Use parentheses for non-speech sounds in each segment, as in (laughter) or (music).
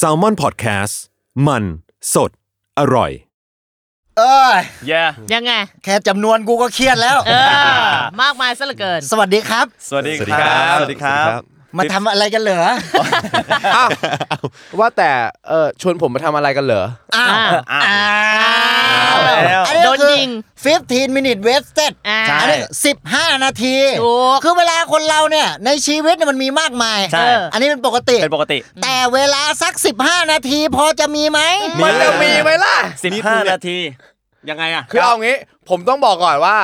s a l m o n PODCAST มันสดอร่อย เออ ยังไง แค่จำนวนกูก็เครียดแล้ว เออ มากมายซะเหลือเกิน สวัสดีครับ สวัสดีครับ สวัสดีครับ มาทำอะไรกันเหรอ ว่าแต่เออชวนผมมาทำอะไรกันเหรอ อ้าว อ้าว อ้าว แล้ว อัก็ โดนยิง คือ15 minute wasted อ่า อันนี้15 นาที ถูก คือเวลาคนเราเนี่ย ในชีวิตเนี่ยมันมีมากมาย ใช่ อันนี้เป็นปกติ เป็นปกติ แต่เวลาสัก 15 นาทีพอจะมีไหม มันจะมีไหมล่ะ 15 นาที ยังไงอ่ะ คือเอางี้ ผมต้องบอกก่อนว่า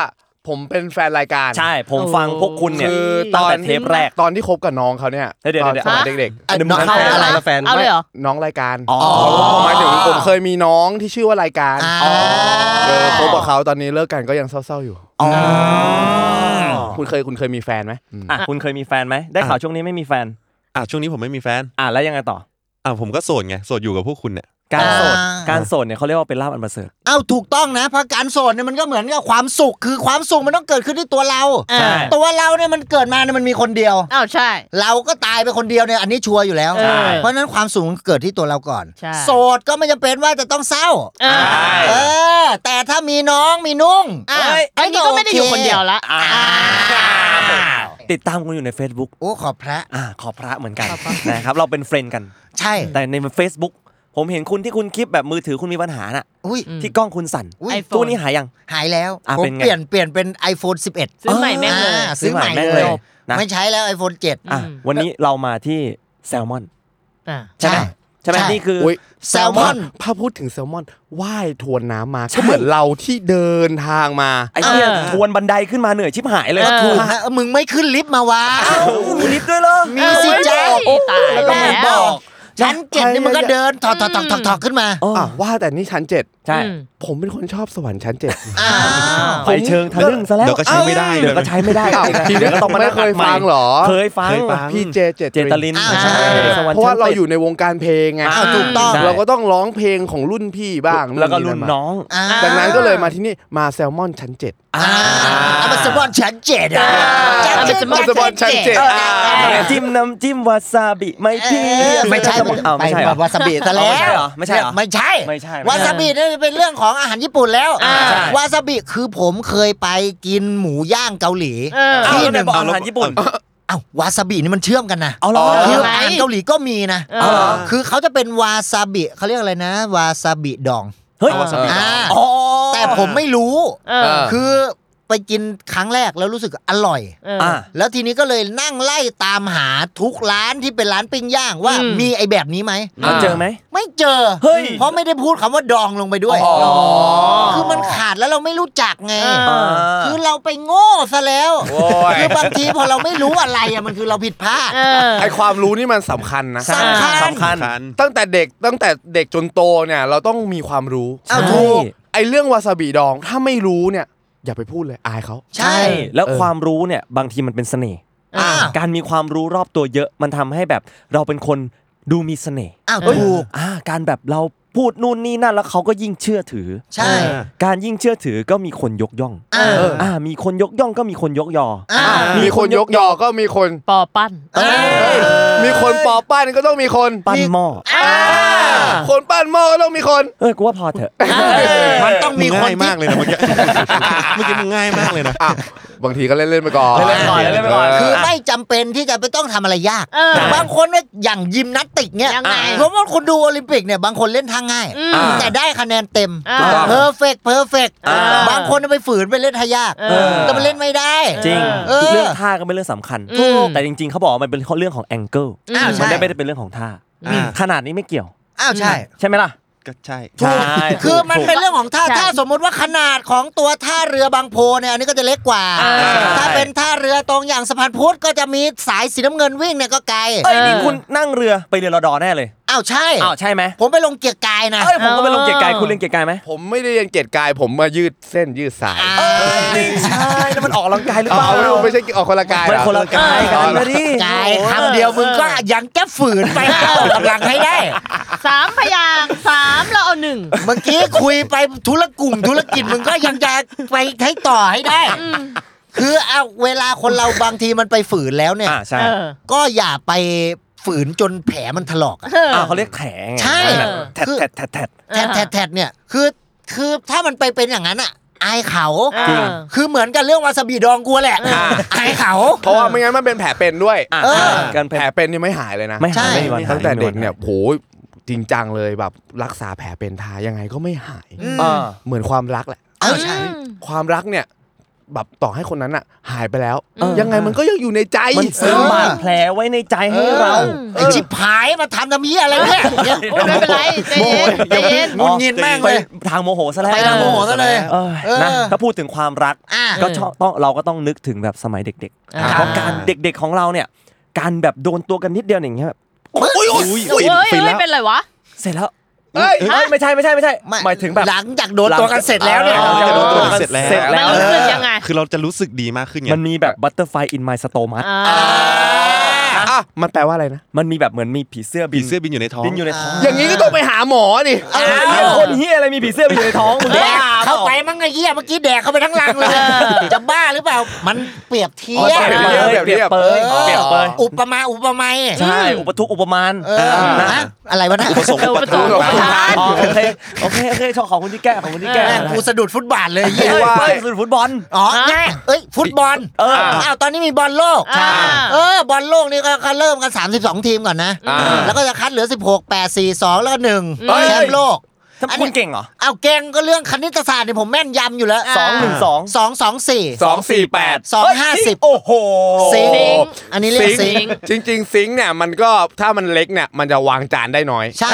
ผมเป็นแฟนรายการ ใช่ ผมฟังพวกคุณเนี่ย คือ ตั้ ต ง อน แต่เทปแรก ตอนที่คบกับน้องเขาเนี่ย เดี๋ยวเดี๋ยว ตอน เดี๋ยว สมัยเด็ก อันนี้มัน เอา แฟน เหรอเอาเลยเหรอ ๆ น้องรายการ อ๋อ หมายถึงผมเคยมีน้องที่ชื่อว่ารายการ อ่า เออคบกับเขาตอนนี้เลิกกันก็ยังเศร้าๆอยู่ อ๋อ คุณเคยคุณเคยมีแฟนไหมอืม อ่ะคุณเคยมีแฟนไหม ได้ข่าวช่วงนี้ไม่มีแฟน อ่ะช่วงนี้ผมไม่มีแฟน อ่ะแล้วยังไงต่อ อ่ะผมก็โสดไง โสดอยู่กับพวกคุณเนี่ย การโสด การโสดเนี่ยเขาเรียกว่าเป็นลาบอันประเสริฐ เอ้าถูกต้องนะเพราะการโสดเนี่ยมันก็เหมือนกับความสุข คือความสุขมันต้องเกิดขึ้นที่ตัวเรา อ่า ตัวเราเนี่ยมันเกิดมาเนี่ยมันมีคนเดียว อ้าวใช่ เราก็ตายไปคนเดียวเนี่ยอันนี้ชัวร์อยู่แล้ว ใช่ เพราะฉะนั้นความสูงเกิดที่ตัวเราก่อน ใช่ โสดก็ไม่จำเป็นว่าจะต้องเศร้า เออ เออ แต่ถ้ามีน้องมีนุ่ง อ่ะ เย อันนี้ก็ไม่ได้อยู่คนเดียวละ อ่า อ่า ติดตามคุณอยู่ใน Facebook โอ้ขอบพระ อ่าขอบพระเหมือนกันนะครับ เราเป็นเฟรนด์กัน ใช่ แต่ใน Facebook ผมเห็นคุณที่คุณคลิปแบบมือถือคุณมีปัญหาน่ะ อุ้ย ที่กล้องคุณสั่น อุ้ย iPhone ตัวนี้หายยัง หายแล้ว อ่ะ ผม เป็นไง เปลี่ยนเปลี่ยนเป็น iPhone 11 ซื้อใหม่แม่งเลย าซื้อใหม่ แม่ง เล เลย ยนะ ไม่ใช้แล้ว iPhone 7 อ่ะวันนี้เรามาที่แซลมอน อ่ะ ใช่ไหม ใช่ ใช่ไหม ใช่ นี่คือ อุ๊ย แซลมอน ถ้าพูดถึงแซลมอนว่ายทวนน้ำมาก็เหมือนเราที่เดินทางมา ไอ้เนี่ย เออ ทวนบันไดขึ้นมาเหนื่อยชิบหายเลย เออ ถูก ฮะมึงไม่ขึ้นลิฟต์มาวะ มีลิฟต์ด้วยเหรอ มีสิจ๊ะ โอ้ยตายแล้ว แม่บอกชั้นเจ็ดนี่มันก็เดินถอดถอดถอดถอดถอดขึ้นมา อ่ะว่าแต่นี่ชั้นเจ็ด ใช่ อืม ผมเป็นคนชอบสวรรค์ชั้นเจ็ด อ้าว ไปเชิงทะลึ่งซะแล้ว เดี๋ยวก็ใช้ไม่ได้ เดี๋ยวก็ใช้ไม่ได้ อ้าว เดี๋ยวก็ต้องมานั่ ไม่เคย อัดใม่ ฟังเหรอ เคยฟัง เคยฟัง พี่เจเจ เจตลิน อ้าวใช่ สวรรค์ เพราะว่า ชั้น เรา จ็ด อยู่ในวงการเพลงไง อ้าวถูกต้อง ใช่ เราก็ต้องร้องเพลงของรุ่นพี่บ้าง แล้วก็รุ่นน้อง อ่า ดังนั้นก็เลยมาที่นี่มาแซลมอนชั้นเจ็ด อ่าอเมซอน ชั้นเจ็ดอ่ะ อ่า Amazon ชั้น Amazon ชั้นเจ็ด เออ จิ้มน้ำจิ้มวาซาบิไหม่พี่ ไม่ใช่ เอาไม่ใช่เหรอ วาซาบิซะแล้ว เอาไม่ใช่เหรอไม่ใช่เหรอ ไม่ใช่ ไม่ใช่ไม่ใช่ วาซาบินี่เป็นเรื่องของอาหารญี่ปุ่นแล้ว อ่า วาซาบิคือผมเคยไปกินหมูย่างเกาหลี เออ า ที่หนึ่แล้วไหนง บอกอาหารญี่ปุ่น อ้าววาซาบินี่มันเชื่อมกันนะ เอาเหรอ คือ ใช่ อาหารเกาหลีก็มีนะ เออ คือเขาจะเป็นวาซาบิเขาเรียกอะไรนะ วาซาบิดอง เฮ้ย เอาวาซาบิ อ่า อ๋อ แต่ผมไม่รู้ เออ คือไปกินครั้งแรกแล้วรู้สึกอร่อย เออ อ่ะ แล้วทีนี้ก็เลยนั่งไล่ตามหาทุกร้านที่เป็นร้านปิ้งย่างว่า อืม มีไอแบบนี้ไหม แล้วเจอไหม ไม่เจอ เฮ้ย เพราะไม่ได้พูดคำว่าดองลงไปด้วย คือมันขาดแล้วเราไม่รู้จักไง เออ คือเราไปโง่ซะแล้ว โอ้ย คือบางทีพอเราไม่รู้อะไรอะมันคือเราผิดพลาด เออ ไอความรู้นี่มันสำคัญนะ สำคัญ สำคัญ คัน ตั้งแต่เด็กตั้งแต่เด็กจนโตเนี่ยเราต้องมีความรู้ อ้าว ใช่ ถูก ไอเรื่องวาซาบิดองถ้าไม่รู้เนี่ย อย่าไปพูดเลยอายเขา ใช่ ใช่ แล้ว เออ ความรู้เนี่ยบางทีมันเป็นเสน่ห์ อ่า การมีความรู้รอบตัวเยอะมันทำให้แบบเราเป็นคนดูมีเสน่ห์ อ้าว เอ้ย ถูก อ่าการแบบเราพูดนู่นนี่นั่นแล้วเขาก็ยิ่งเชื่อถือ ใช่ การยิ่งเชื่อถือก็มีคนยกย่อง เออ อ่ามีคนยกย่องก็มีคนยกยออ อ่า มีคนยกยอก็มีคน ปอปั้น มีคนปอปั้นก็ต้องมีคน ปั้นหม้อ คนปั้นหม้อก็ต้องมีคน เออกูว่าพอเถอะ มันต้องมีคน ง่าย ที่ มากเลยนะเมื่อกี้ เมื่อกี้มึงง่ายมากเลยนะ อ่ะบางทีก็เล่นเล่นๆไปก่อน เล่นๆก่อนเล่นๆไปก่อน คือไม่จำเป็นที่จะไปต้องทำอะไรยาก เออบ างคนเนี่ยอย่างยิมนาสติกเนี่ย ยังไง เพราะว่าคุณดูโอลิมปิกเนี่ยบางคนเล่นท่าง่าย อืม แต่ได้คะแนนเต็ม ถูกต้อง เพอร์เฟกเพอร์เฟก อ่า บางคนไปฝืนไปเล่นท่ายาก เออ แต่มันเล่นไม่ได้ จริง เออ เรื่องท่าก็เป็นเรื่องสำคัญ ถูก แต่จริงๆเขาบอกว่ามันเป็นเรื่องของแองเกิล อ้าวใช่ มันไม่ได้เป็นเรื่องของท่า อ่า ขนาดนี้ไม่เกี่ยว อ้าวใช่ ใช่ไหมล่ะ ก็ใช่ ใช่ คือมัน ถูก เป็นเรื่องของท่า ใช่ ถ้าสมมุติว่าขนาดของตัวท่าเรือบางโพเนี่ยอันนี้ก็จะเล็กกว่า อ่า ถ้าเป็นท่าเรือตรงอย่างสะพานพุทธก็จะมีสายสีน้ำเงินวิ่งเนี่ยก็ไกล เอ้ยนี่คุณนั่งเรือไปเรือรอดอแน่เลย อ้าวใช่ อ้าวใช่ไหม ผมไปลงเกียร์กายนะ เอ้ยผมก็ไปลงเกียร์กายคุณเล่นเกียร์กายไหม ผมไม่ได้เรียนเกียรติกายผมมายืดเส้นยืดสาย อ่า เออจริงใช่แล้วมันออกกำลังกายหรือ เอา เปล่า เอาไม่ใช่ออกคนละกายเหร มัน อ คนละกายกันนะดิ กายคำเดียวมึงก็ยังจะฝืนไปออกกำลังให้ได้ สามพยางค์สามเราเอาหนึ่ง เมื่อกี้คุยไปธุรกุ่มธุรกิจมึงก็ยังจะไปให้ต่อให้ได้ คือเอาเวลาคนเราบางทีมันไปฝืนแล้วเนี่ย อ่าใช่ เออ ก็อย่าไปฝืนจนแผลมันถลอกอะ อ่าเขาเรียกแถง ใช่ แบบแถดแถดแถดแทดแถดแทดแทดเนี่ยคือคือถ้ามันไปเป็นอย่างนั้นอ่ะ อายเขา อ่า คือเหมือนกันเรื่องวาซาบิดองกูแหละ อ่า อายเขา เพราะว่าไม่งั้นมันเป็นแผลเป็นด้วย อ่ะ เออ การแผ แผล ล เป็นยังไม่หายเลยนะ ไม่หาย ใช่ ไม่มีวันหาย ตั้งแต่เด็ก ไม่มีวั เนี่ยโหยจริงจังเลยแบบรักษาแผลเป็นทายังไงก็ไม่หาย อืม อ่า เหมือนความรักแหละ เออใช่ ความรักเนี่ยแบบต่อให้คนนั้นอะหายไปแล้ว เออ ยังไงมันก็ยังอยู่ในใจ มันซื้อ เออ บาดแผลไว้ในใจให้เรา ไอชิบหายมาทำน้ำเยี่ยอะไรเนี่ย โอ้ยไม่เป็นไรใจเย็นใจเย็น งุนงินแม่ง ไป เลย ทางโมโหซะแล้ว ไปทางโมโหซะเลย เออ เออ นะถ้าพูดถึงความรัก อ่า ก็ชอบต้องเราก็ต้องนึกถึงแบบสมัยเด็ก อ่า ๆเพราะการเด็กๆของเราเนี่ย การแบบโดนตัวกันนิดเดียวอย่างเงี้ยแบบ อุ๊ยอุ๊ย เฮ้ย อุ๊ย เฮ้ย ฟินแล้ว เป็นไรวะ เสร็จแล้ว เอ้ย เอ้ยไม่ใช่ไม่ใช่ไม่ใช่ ไม่ หมายถึงแบบ หลังจากโดนตัวกันเสร็จแล้วเนี่ย อ๋อ เราจะโดนตัวกันเสร็จแล้ว เสร็จแล้ว มันรู้สึกยังไง คือเราจะรู้สึกดีมากขึ้นไง มันมีแบบ butterfly in my stomach อ่า อ่ะมันแปลว่าอะไรนะ มันมีแบบเหมือนมีผีเสื้อบิ บี น เสื้อบินอยู่ในท้อง บินอยู่ในท้อง อย่างนี้ก็ต้องไปหาหมอดิ อ้าวคนเฮียอะไรมีผีเสื้อบินอยู่ในท้องมึงบ้า เข้าไปมั้งไอ้เหี้ยเมื่อกี้แดกเข้าไปทั้งลัง (laughs) เลย จะบ้าหรือเปล่า มันเปรียบเทียบ เปรียบเปรยบเปรียบเปรยเปรียบเปรย อุปมาอุปไมย ใช่อุปทุกข์อุปมาณ เออฮะอะไรวะนะ อุปสงค์อุปทาน อุปสงค์ อ๋อโอเคโอเคโอเคชอบของคุณที่แก้ของคุณที่แก้ แม่งกูสะดุดฟุตบาทเลยเหี้ย เฮ้ยเฮ้ยสุดฟุตบอล อ๋อแน่เอ้ย ฟุตบอล เออ อ้าวตอนนี้มีบอลโลก อ่า เออบอลโลกนี่ก็ก็เริ่มกัน 32 ทีมก่อนนะ อ่า แล้วก็จะคัดเหลือ 16 8 4 2 แล้วก็ เฮ้ย 1แชมป์โลก ถ้าคุณเก่งเหรอ เอาแกงก็เรื่องคณิตศาสตร์เนี่ยผมแม่นยำอยู่แล้ว สองหนึ่งสอง สองสองสี่ สองสี่แปด สองห้าสิบ โอ้โห ซิง ซิงค์ ค์อันนี้เรียกซิงค์ จริง ๆ ซิงค์เนี่ยมันก็ถ้ามันเล็กเนี่ยมันจะวางจานได้น้อย ใช่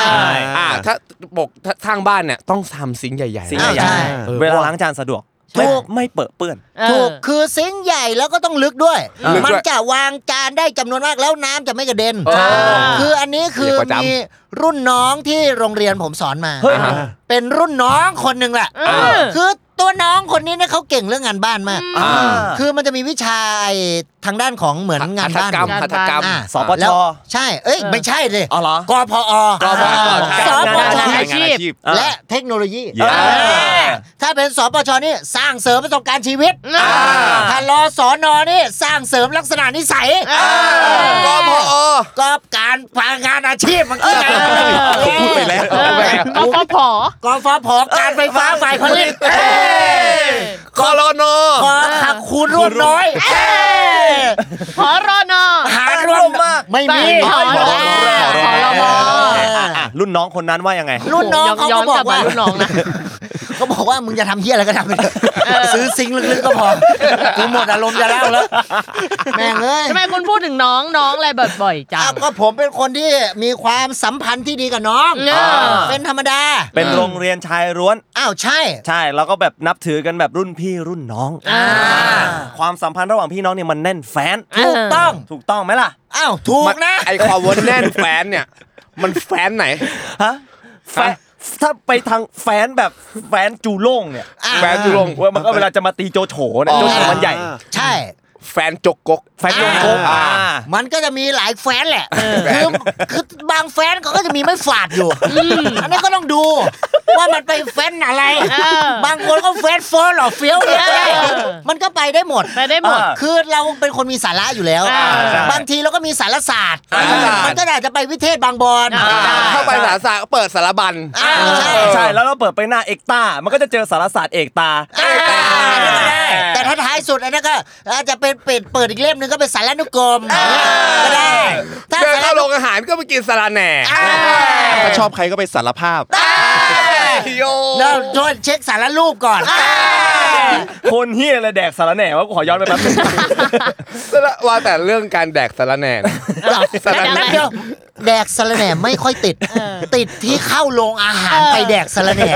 อ่าถ้าบอกถ้าสร้างบ้านเนี่ยต้องทำซิงค์ใหญ่ๆ ซิง อ้าวค์ใหญ่ ใช่ เออเวลาล้างจานสะดวกไม่ไม่เปอะเปื้อน เออ ถูกคือซิงค์ใหญ่แล้วก็ต้องลึกด้วย อ่าลึก มัน ด้วย จะวางจานได้จำนวนมากแล้วน้ำจะไม่กระเด็น เออ คืออันนี้คือ เรียกว่าจำ มีรุ่นน้องที่โรงเรียนผมสอนมา เฮ้ย เป็นรุ่นน้องคนหนึ่งแหละ เออ คือตัวน้องคนนี้เนี่ยเขาเก่งเรื่องงานบ้านมาก อ่า คือมันจะมีวิชาไอ้ทางด้านของเหมือนงานบ้าน หัตถกรรมหัตถกรรม อ่า สปช แล้วใช่ เอ้ยไม่ใช่เลย อ๋อเหรอ กพอก พ สปช งานอาชีพ อ่า และเทคโนโลยี เย้ อ่าถ้าเป็นสปชนี่สร้างเสริมประสบการณ์ชีวิต อ่า ถ้ารอสอนอนี่สร้างเสริมลักษณะนิสัย กพอ ก็การพางานอาชีพมันก็ไง ผมพูดไปแล้ว เออก็พอพอก ฟผการไฟฟ้าฝ่ายผลิต คอรอนอ ขอขับคูณร่วมน้อยเอ้ย พอรอนอ หารร่วมมากไม่มี ขอรอขอรอมอ อ่ะรุ่นน้องคนนั้นว่ายังไง รุ่นน้องเขา ย้ ก็ น บอกลั ก ม ว่า รุ่นน้อง (laughs) นะ ก็บอกว่ามึงจะทำเฮียอะไรก็ทำไปเถอะซื้อซิงค์ลึกๆก็พอกูหมดอารมณ์จะเล่าแล้วแม่งเอ้ย ทำไมคุณพูดถึงน้องน้องอะไรบ่อยๆจัง อ้าวก็ผมเป็นคนที่มีความสัมพันธ์ที่ดีกับน้อง เออ เป็นธรรมดา เป็นโรงเรียนชายล้วน อ้าวใช่ ใช่แล้วก็แบบนับถือกันแบบรุ่นพี่รุ่นน้อง อ่า ความสัมพันธ์ระหว่างพี่น้องเนี่ยมันแน่นแฟน ถูกต้อง ถูกต้องไหมล่ะ อ้าวถูกนะ ไอความว่าแน่นแฟนเนี่ย มันแฟนไหน ฮะแฟนถ้าไปทางแฟนแบบแฟนจูโล่งเนี่ย อ่า แฟนจูโล่งเว้ยมันก็เวลาจะมาตีโจโฉเนี่ย อ๋อ โจโฉมันใหญ่ ใช่ แฟนจกกก แฟนโจโฉ อ่า อ่า มันก็จะมีหลายแฟนแหละคือคือบางแฟนเขาก็จะมีไม่ฝาดอยู่อันนี้ก็ต้องดู ว่ามันไปแฟนอะไร เออบ างคนก็แฟนเฟอร์หรอเฟี้ยวเนี่ย เออ มันก็ไปได้หมด ไปได้หมด คือเราเป็นคนมีสาระอยู่แล้ว อ่าใช่ บางทีเราก็มีสารศาสตร์ สารศาสตร์ มันก็อาจจะไปวิเทศบางบอน อ่า เข้าไปสารศาสตร์ก็เปิดสารบัญ อ่า ใช่ ใช่แล้วเราเปิดไปหน้าเอกตามันก็จะเจอสารศาสตร์เอกตา อ่าอันนั้นก็ได้ แต่ถ้าท้ายสุดอันนั้นก็อาจจะเป็นเปิดเปิดอีกเล่มหนึ่งก็เป็นสารานุกรมก็ได้ ถ้า เดิน สารา เข้า นุ โร กรม งอาหารก็ไปกินสาลาแหน่ อ่า ถ้าชอบใครก็ไปสารภาพ โย เราโดนเช็คสารรูปก่อน คนเฮียอะไรแดกสารแหน่วะกูขอย้อนไปแป๊บนึง แล้วว่าแต่เรื่องการแดกสารแหน่เนี่ย แป๊บแป๊บเดียวแดกสะระแหน่ไม่ค่อยติด ติดที่เข้าโรงอาหาร เออ ไปแดกสะระแหน่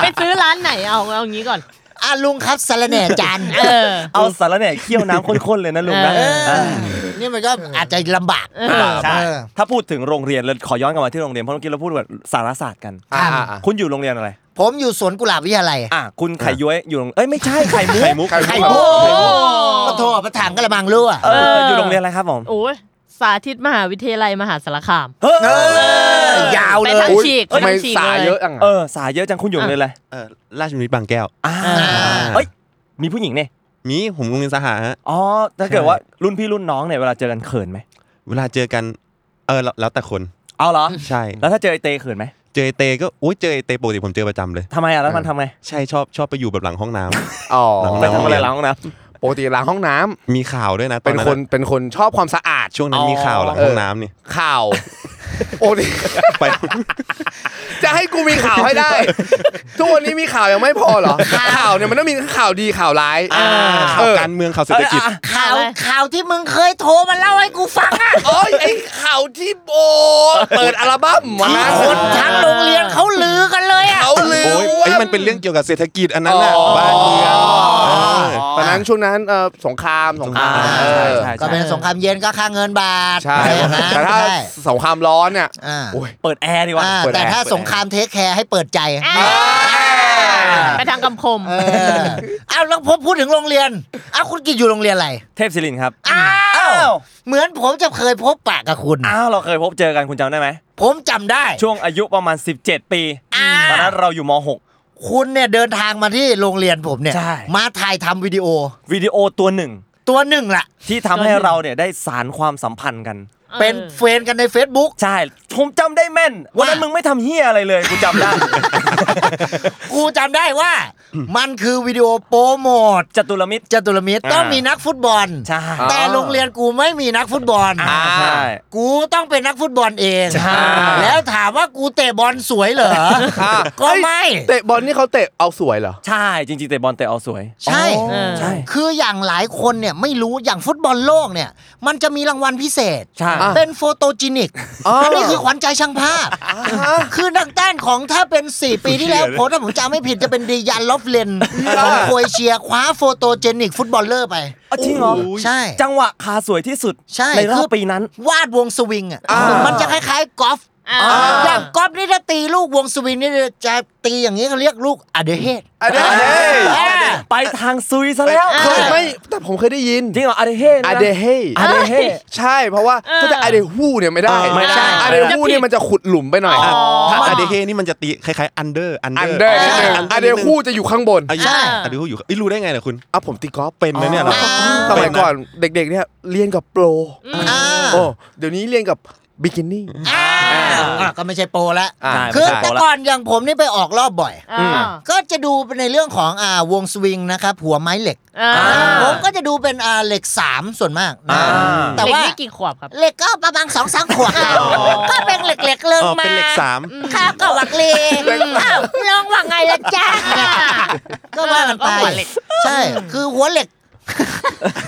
ไปซื้อร้านไหนเอาเอางี้ก่อน อ่ะลุงครับสะระแหน่จาน เออ เอาสารแหน่เคี่ยวน้ำข้นๆเลยนะลุงนะ เออ เอ เอ อ อ นี่มันก็อาจจะลำบาก เออ ใช่ เออ ถ้าพูดถึงโรงเรียนเราขอย้อนกลับมาที่โรงเรียนเพราะเมื่อกี้เราพูดแบบสารศาสตร์กัน อ่าอ่า คุณอยู่โรงเรียนอะไร ผมอยู่สวนกุหลาบวิทยาลัย อ่ะคุณไข่ย้วยอยู่โรงเอ้ยไม่ใช่ไข่มุก ไข่มุก ไข่ ไข่ โอ้ มุก โอ้ ก็โทรมาถามกระมังรั่ว เอออยู่โรงเรียนอะไรครับผม โอ้ยสาธิตมหาวิทยาลัยมหาสารคาม เฮ้ย เออยาวเล ไปทาง ย ฉีก ทำไม ไปทางฉีก สาย เลย เยอะจัง เอ อะ อสายเยอะจังคุณอยู่โรงเรียนอะไร เออราชมิตรบางแก้ว อ่าเอ้ยมีผู้หญิงเนี่ย มีผมโรงเรียนสหะฮะ อ๋อถ้าเกิดว่ารุ่นพี่รุ่นน้องเนี่ยเวลาเจอกันเขินไหม เวลาเจอกัน เออแล้วแล้วแต่คน เอาเหรอ ใช่ แล้วถ้าเจอไอเตเขินไหม เจอเตก็โอ้ยเจอเตปกติผมเจอประจำเลย ทำไมอ่ะแล้วมันทำไง ใช่ชอบชอบไปอยู่แบบหลังห้องน้ำ อ๋อ ไปทำอะไรหลังห้องน้ ปกติล้างห้องน้ำ มีข่าวด้วยนะตอ เป็นคนะ เป็นคนชอบความสะอาด ช่วงนั้นมีข่าวหลังห้องน้ำนี่ ข่าวโอ้ (laughs) ดิ ไป จะให้กูมีข่าวให้ได้ ทุกวันนี้มีข่าวยังไม่พอเหรอ ข่าวเนี่ยมันต้องมีทั้งข่าวดีข่าวร้าย ข่าวการเมืองข่าว ำ เศรษฐกิจ เอ้ยอ่ะ ข่าว อะไร ข่าวที่มึงเคยโทรมาเล่าให้กูฟังอ่ะ โอ้ยไอ้ข่าวที่โบเปิดอัลบั้มมา ที่ นะ คนทั้งโรงเรียนเขาลือกันเลยอ่ะ เขาลืม โอ้ยไอ้ย ว่า มันเป็นเรื่องเกี่ยวกับเศรษฐกิจอันนั้นน่ะ อ๋อ บ้านเมืองเออ ตอนนั้นช่วงนั้นเอ่อสงครามสงคราม อ่า เอ ใช่ อ ใช่ ก็ ใช่ เป็นสงครามเย็นก็ค่าเงินบาท ใช่ อะไรอย่างนั้น แต่ถ้า ได้ สงครามร้อนเนี่ย อ่า โอ้ย เปิดแอร์ดีกว่า อ่า เปิดแอร์ แต่ถ้าสงครามเทคแคร์ให้เปิดใจ ไปทางกำคม เอออ้าวแล้วผมพูดถึงโรงเรียนอ้าวคุณกินอยู่โรงเรียนอะไร เทพศิรินทร์ครับ อ้าว เหมือนผมจะเคยพบปะกับคุณ อ้าวเราเคยพบเจอกันคุณจำได้ไหม ผมจำได้ ช่วงอายุประมาณ 17 ปี อ่า ตอนนั้นเราอยู่ม คุณเนี่ยเดินทางมาที่โรงเรียนผมเนี่ย ใช่ มาถ่ายทำวิดีโอ 6 วิดีโอตัวหนึ่ง ตัวหนึ่งล่ะ ที่ทำให้เราเนี่ยได้สารความสัมพันธ์กัน เป็นเฟรนด์กันใน Facebook ใช่ ผมจำได้แม่น วันนั้ว่านมึ มึงไม่ทำเฮียอะไรเลย กูจำได้ (laughs) กูจำได้ว่า มันคือวิดีโอโปรโมท จตุรมิตร จตุรมิตรต้องมีนักฟุตบอล ใช่ แต่โรงเรียนกูไม่มีนักฟุตบอล อ่าใช่ กูต้องเป็นนักฟุตบอลเอง ใช่ แล้วถามว่ากูเตะบอลสวยเหรอ ก็ไม่ เตะบอลนี่เขาเตะเอาสวยเหรอ ใช่ จริงๆเตะบอลเตะเอาสวย ใช่ เออ ใช่ คืออย่างหลายคนเนี่ยไม่รู้อย่างฟุตบอลโลกเนี่ย มันจะมีรางวัลพิเศษ ใช่ อ่ะ เป็นโฟโตจินิก อ๋ออั นนี้คือขวัญใจช่างภาพ คือดังต้านของถ้าเป็น 4 ปีที่แล้วผมถ้าผมจำไม่ผิดจะเป็นดียันลอฟเลนของโครเอเชียคว้าโฟโตเจนิกฟุตบอลเลอร์ไป อ๋อจริงเหรอ ใช่ จังหวะขาสวยที่สุด ใช่ ร คื อบ อ ปีนั้น วาดวงสวิงอ่ะ อ่ามั มันจะคล้ายๆกอล์ฟ อ่า อย่างกอล์ฟนี่ถ้าตีลูกวงสวิงนี่จะตีอย่างนี้เขาเรียกลูกอเดเฮด อันนี้ อ่า ไปทางซุยซะแล้ว เคยไม่แต่ผมเคยได้ยิน จริงเหรออาเดเฮ่ อาเดเฮ อาเดเฮ่ ใช่เพราะว่า เออ ถ้าจะอาเดฮู้เนี่ยไม่ได้ เออไม่ได้ อาเดฮู้เนี่ยมันจะขุดหลุมไปหน่อย อ๋อ ถ้าอเดเฮนี่มันจะตีคล้ายๆอันเดอร์อัน อัน เด เด อร์อร์นิดนึงอาเดฮู้จะอยู่ข้างบน อายุ ใช่ อันเดอร์อยู่อีรู้ได้ไงเนี่ยคุณ อ่ะผมตีกอล์ฟ เป็นนะเนี่ยเรา อ่า สมัยก่อนเด็กๆเนี่ยเรียนกับโปร อ่า โอ้เดี๋ยวนี้เรียนกับบิกินี่ อ่าอ่าก็ไม่ใช่โปรละ อ่า คือ ไม่ใช่โปรละ แต่ก่อนอย่างผมนี่ไปออกรอบบ่อย อ่า ก็จะดูเป็นในเรื่องของอ่าวงสวิงนะครับหัวไม้เหล็ก อ่า ผมก็จะดูเป็นอ่าเหล็กสามส่วนมากนะ อ่า แต่ เด็ก ว่า นี่กี่ขวบครับ เหล็กก็ประมาณสองสามขวบก็เป็นเหล็กๆเเริ่ม อ๋อ มา เป็นเหล็กสาม ข้าวก็หวักเลอ้าวลองว่าไงล่ะจ้าก็ว่ากันไป ก็หัวเหล็ก ใช่คือหัวเหล็ก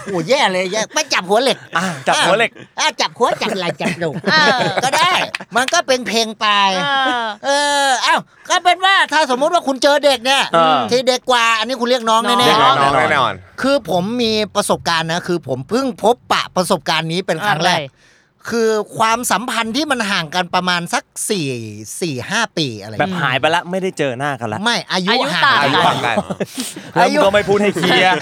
โอ้แย่เลยแย่ไปจับหัวเหล็ก อ่ะจับหัวเหล็ก อ่ะจับหัวจับไหล่จับหนุ เออ ก็ได้ มันก็เป็นเพลงไป เออ เออเอ้าก็เป็นว่าถ้าสมมุติว่าคุณเจอเด็กเนี่ย เออ ที่เด็กกว่า อันนี้คุณเรียกน้อง น้อง แน่ แน่นอน แน่นอน แน่นอน ๆคือผมมีประสบการณ์นะ คือผมเพิ่งพบปะประสบการณ์นี้เป็นครั้งแรก คือความสัมพันธ์ที่มันห่างกันประมาณสักสี่สี่ห้าปีอะไรอ แบ ย่า บ งเงี้ย หายไปละไม่ได้เจอหน้ากันละ ไม่อายุ อายุ ห่า ต่าง ง กั กัน น ต่างกัน แล้วมึงก็ไม่พูดให้เค (laughs) ลียร์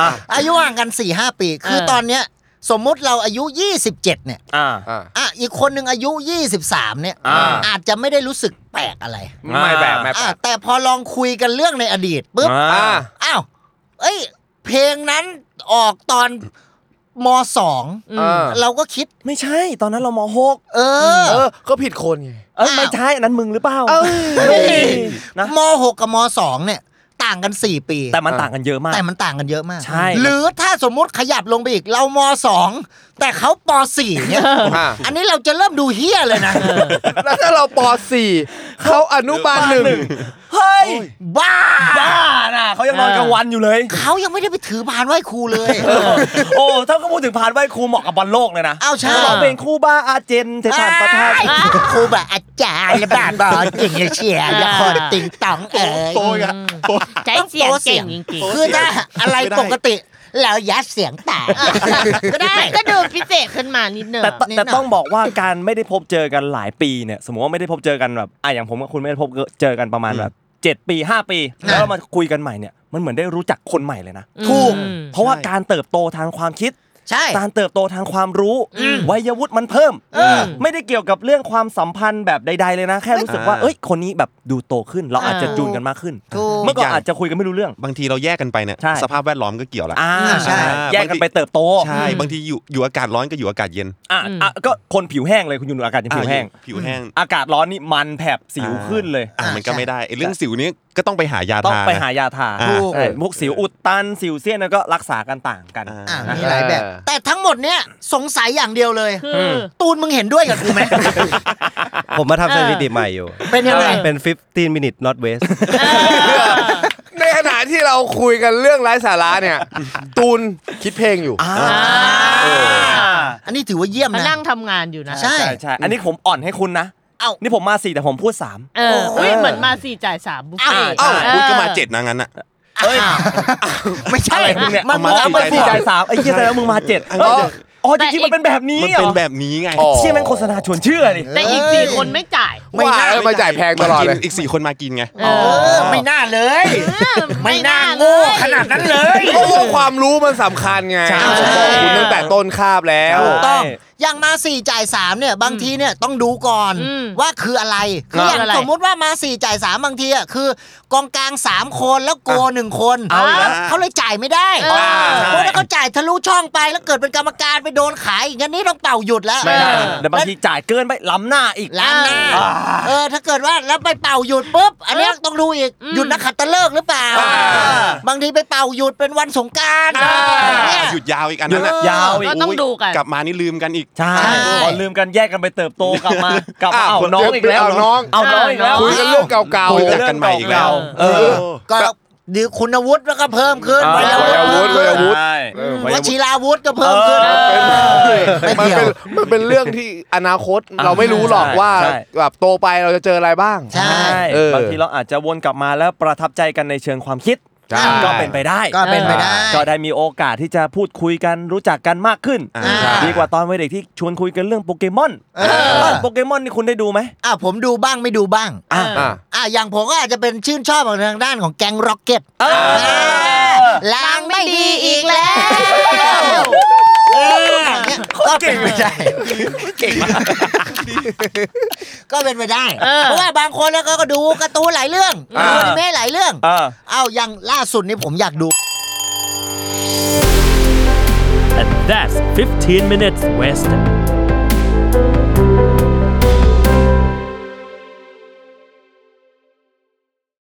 อ่ะ อายุห่างกันสี่ห้าปี คือ เออ ตอนเนี้ยสมมุติเราอายุ 27เนี่ย อ่ะ อ่า อ่ะอีกคนหนึ่งอายุ 23เนี่ย อ่า อาจจะไม่ได้รู้สึกแปลกอะไร ไม่แบบไม่แบ อ่ะ บ แต่พอลองคุยกันเรื่องในอดีตปุ๊บ อ่า อ้าว เอ้ย เพลงนั้นออกตอนมสอง อืม อ่า เราก็คิด ไม่ใช่ ตอนนั้นเรามหก เออ เออ ก็ผิดคนไง เอ้ย อ้าว ไม่ใช่อันนั้นมึงหรือเปล่า เอ้ย เฮ้ยนะ มหกกับมสองเนี่ย ต่างกัน 4 ปี แต่มันต่างกันเยอะมาก แต่มันต่างกันเยอะมาก ใช่ หรือถ้าสมมุติขยับลงไปอีกเรามสองแต่เขาปสี่เนี่ย (laughs) อ่ะ อันนี้เราจะเริ่มดูเฮี้ยเลยนะ แล้วถ้าเราปสี่เขาอนุบาลหนึ่ง เฮ้ย บ้า บ้าน่ะเขายังนอนกลางวันอยู่เลย เขายังไม่ได้ไปถือพานไหว้ครูเลย โอ้ถ้าเขาพูดถึงพานไหว้ครูเหมาะกับบอลโลกเลยนะ เอาใช่ ร้องเพลงคู่บ้าอาเจนเทศานประทาน อ้ายครูแบบอาจารย์และบ้าบอติ่งเชียร์และคนติ่งตองเอ๋ย โตยอ่ะโต ใช้เสียงเก่งจริง คือถ้าอะไร ไม่ได้ ปกติเรายัดเสียงแตก ๆ ก็ได้ ก็ดูพิเศษขึ้นมานิดหนึง แต่ต นิดหน่อย แต่ต้องบอกว่าการไม่ได้พบเจอกันหลายปีเนี่ย สมมติว่าไม่ได้พบเจอกันแบบอ่ะอย่างผมกับคุณไม่ได้พบเจอกันประมาณแบบเจ็ดปีห้าปี แล้วเรามาคุยกันใหม่เนี่ยมันเหมือนได้รู้จักคนใหม่เลยนะ ถูก เพราะว่าการเติบโตทางความคิด ใช่ การเติบโตทางความรู้วัยวุฒิมันเพิ่ม ไม่ได้เกี่ยวกับเรื่องความสัมพันธ์แบบใด ๆเลยนะ แค่รู้สึกว่า อ่า เอ้ยคนนี้แบบดูโตขึ้น เราอาจจะ อ่า จูนกันมากขึ้น ถูก เมื่อก่อนอาจจะคุยกันไม่รู้เรื่อง บางทีเราแยกกันไปเนี่ย ใช่ สภาพแวดล้อมก็เกี่ยวละ อ่า ใช่ แยกกันไปเติบโต ใช่ บางทีอยู่อยู่อากาศร้อนก็อยู่อากาศเย็น อ่ะอ่ะก็คนผิวแห้งเลยคุณยูนอากาศยังผิวแห้ง อ่ะผิวแห้ง อากาศร้อนนี่มันแผบสิวขึ้นเลย อ่ะมันก็ไม่ได้ไอ้เรื่องสิวนี้ก็ต้องไปหายา ต้อง ทา ไปหายาทา อ่า ใช่พวกสิวอุดตันสิวเสี้ยนแล้วก็รักษากันต่างกัน อ่า อ่ะมีหลายแบบ แต่ทั้งหมดเนี้ยสงสัยอย่างเดียวเลย คือ ตูนมึงเห็นด้วยกับกูไหม ผมมาทำส เออ ถิติใหม่อยู่ เป็นยังไง เป็น 15 minute not waste ในขณะที่เราคุยกันเรื่องไร้สาระเนี่ย ตูนคิดเพลงอยู่ อ่า อันนี้ถือว่าเยี่ยม มา นะ นั่งทำงานอยู่นะ ใช่ ใช่ใช่อันนี้ผมอ่อนให้คุณนะ เอ้า นี่ผมมาสี่แต่ผมพูดสาม เอออุ้ยเหมือนมาสี่จ่ายสามบุฟเฟ่ต์ เอ้า เออ พูดก็มาเจ็ดนะงั้นอ่ะ เอ้ยไม่ใช่ อะไรมึงเนี่ย มัน เอามา มา เอา ไป มา พู สี่ ด จ่ายสามไอ้เหี้ยแต่แล้วมึงมาเจ็ด เออ เอออ๋อจ แต่ ริง อี ๆ ก มันเป็นแบบนี้ มัน เหร เป็น อ แบบนี้ไง อ๋อ เชี่ยแม่งโฆษณาชวนเชื่อดิ แต่อีกสี่คนไม่จ่าย ว่าแล้วมาจ่ายแพงตลอดเลมายกินอีกสี่คนมากินไง เอ เอ อ อไม่น่าเลย ไม่น่าโง่ขนาดนั้นเลย เพราะว่าความรู้มันสำคัญไง ใช่ ผมบอกคุณตั้งแต่ต้นคาบแล้ว ใช่ ต้องอย่างมาสี่จ่ายสามเนี่ยบางทีเนี่ยต้องดูก่อน อืม ว่าคืออะไรคืออย่าง อะไร สมมุติว่ามาสี่จ่ายสามบางทีอ่ะคือกองกลางสามคนแล้วโกหนึ่งคน เอาอีกแล้ว เขาเลยจ่ายไม่ได้ เออ เพราะถ้าเขาจ่ายทะลุช่องไปแล้วเกิดเป็นกรรมการไปโดนขายอย่างนี้ต้องเป่าหยุดแล้ว ไม่ได้ เออ แต่บางทีจ่ายเกินไปล้ำหน้าอีก ล้างหน้าเออ ถ้าเกิดว่าแล้วไปเป่าหยุดปุ๊บ อันเนี้ยต้องดูอีก อืม หยุดนักขัตฤกษ์หรือเปล่า อ่า บางทีไปเป่าหยุดเป็นวันสงกราร อ่า เนี่ย หยุดยาวอีกอันนั้นน่ะ เออ ยาวอีก ก็ต้องดูกัน กลับมานี่ลืมกันอีก ใช่ ใช่ พอลืมกันแยกกันไปเติบโตกลับมากลับมา อ้าว เอาน้องอีกแล้ว เอาน้อง เอาน้องอีกแล้ว คุยกันเรื่องเก่า คุย ๆ กันกันใหม่อีกแล้ว เออ ก็ดีคุณวุฒิแล้วก็เพิ่มขึ้น อ่า วัย วัยวุฒิวัยวุฒิ ใช่ เออ วชิราวุธก็เพิ่มขึ้น เออ มัน ไม่เกี่ เป็ยนว มันเป็นเรื่องที่อนาคตเราไม่รู้หรอก ใช่ ว่า ใช่ แบบโตไปเราจะเจออะไรบ้าง ใช่ เออบ างทีเราอาจจะวนกลับมาแล้วประทับใจกันในเชิงความคิด ใช่ ก็เป็นไปได้ ก็เป็นไปได้ ก็ได้มีโอกาสที่จะพูดคุยกันรู้จักกันมากขึ้น อ่า ดีกว่าตอนวัยเด็กที่ชวนคุยกันเรื่องโปเกมอน เออ บ้านโปเกมอนนี่คุณได้ดูไหม อ่ะผมดูบ้างไม่ดูบ้าง อ่ะ อ่ะ อ่ะอย่างผมก็อาจจะเป็นชื่นชอบของทางด้านของแก๊งร็อกเก็ต เออ ลางไม่ดีอีกแล้ว เออเนี่ยก็เป็นไปได้เก่งมากก็เป็นไปได้ เออ เพราะว่าบางคนแล้วก็ดูการ์ตูนหลายเรื่อง อ่า ดูอนิเมะหลายเรื่อง เออ เอ้ายังล่าสุดนี่ผมอยากดู And that's 15 minutes wasted.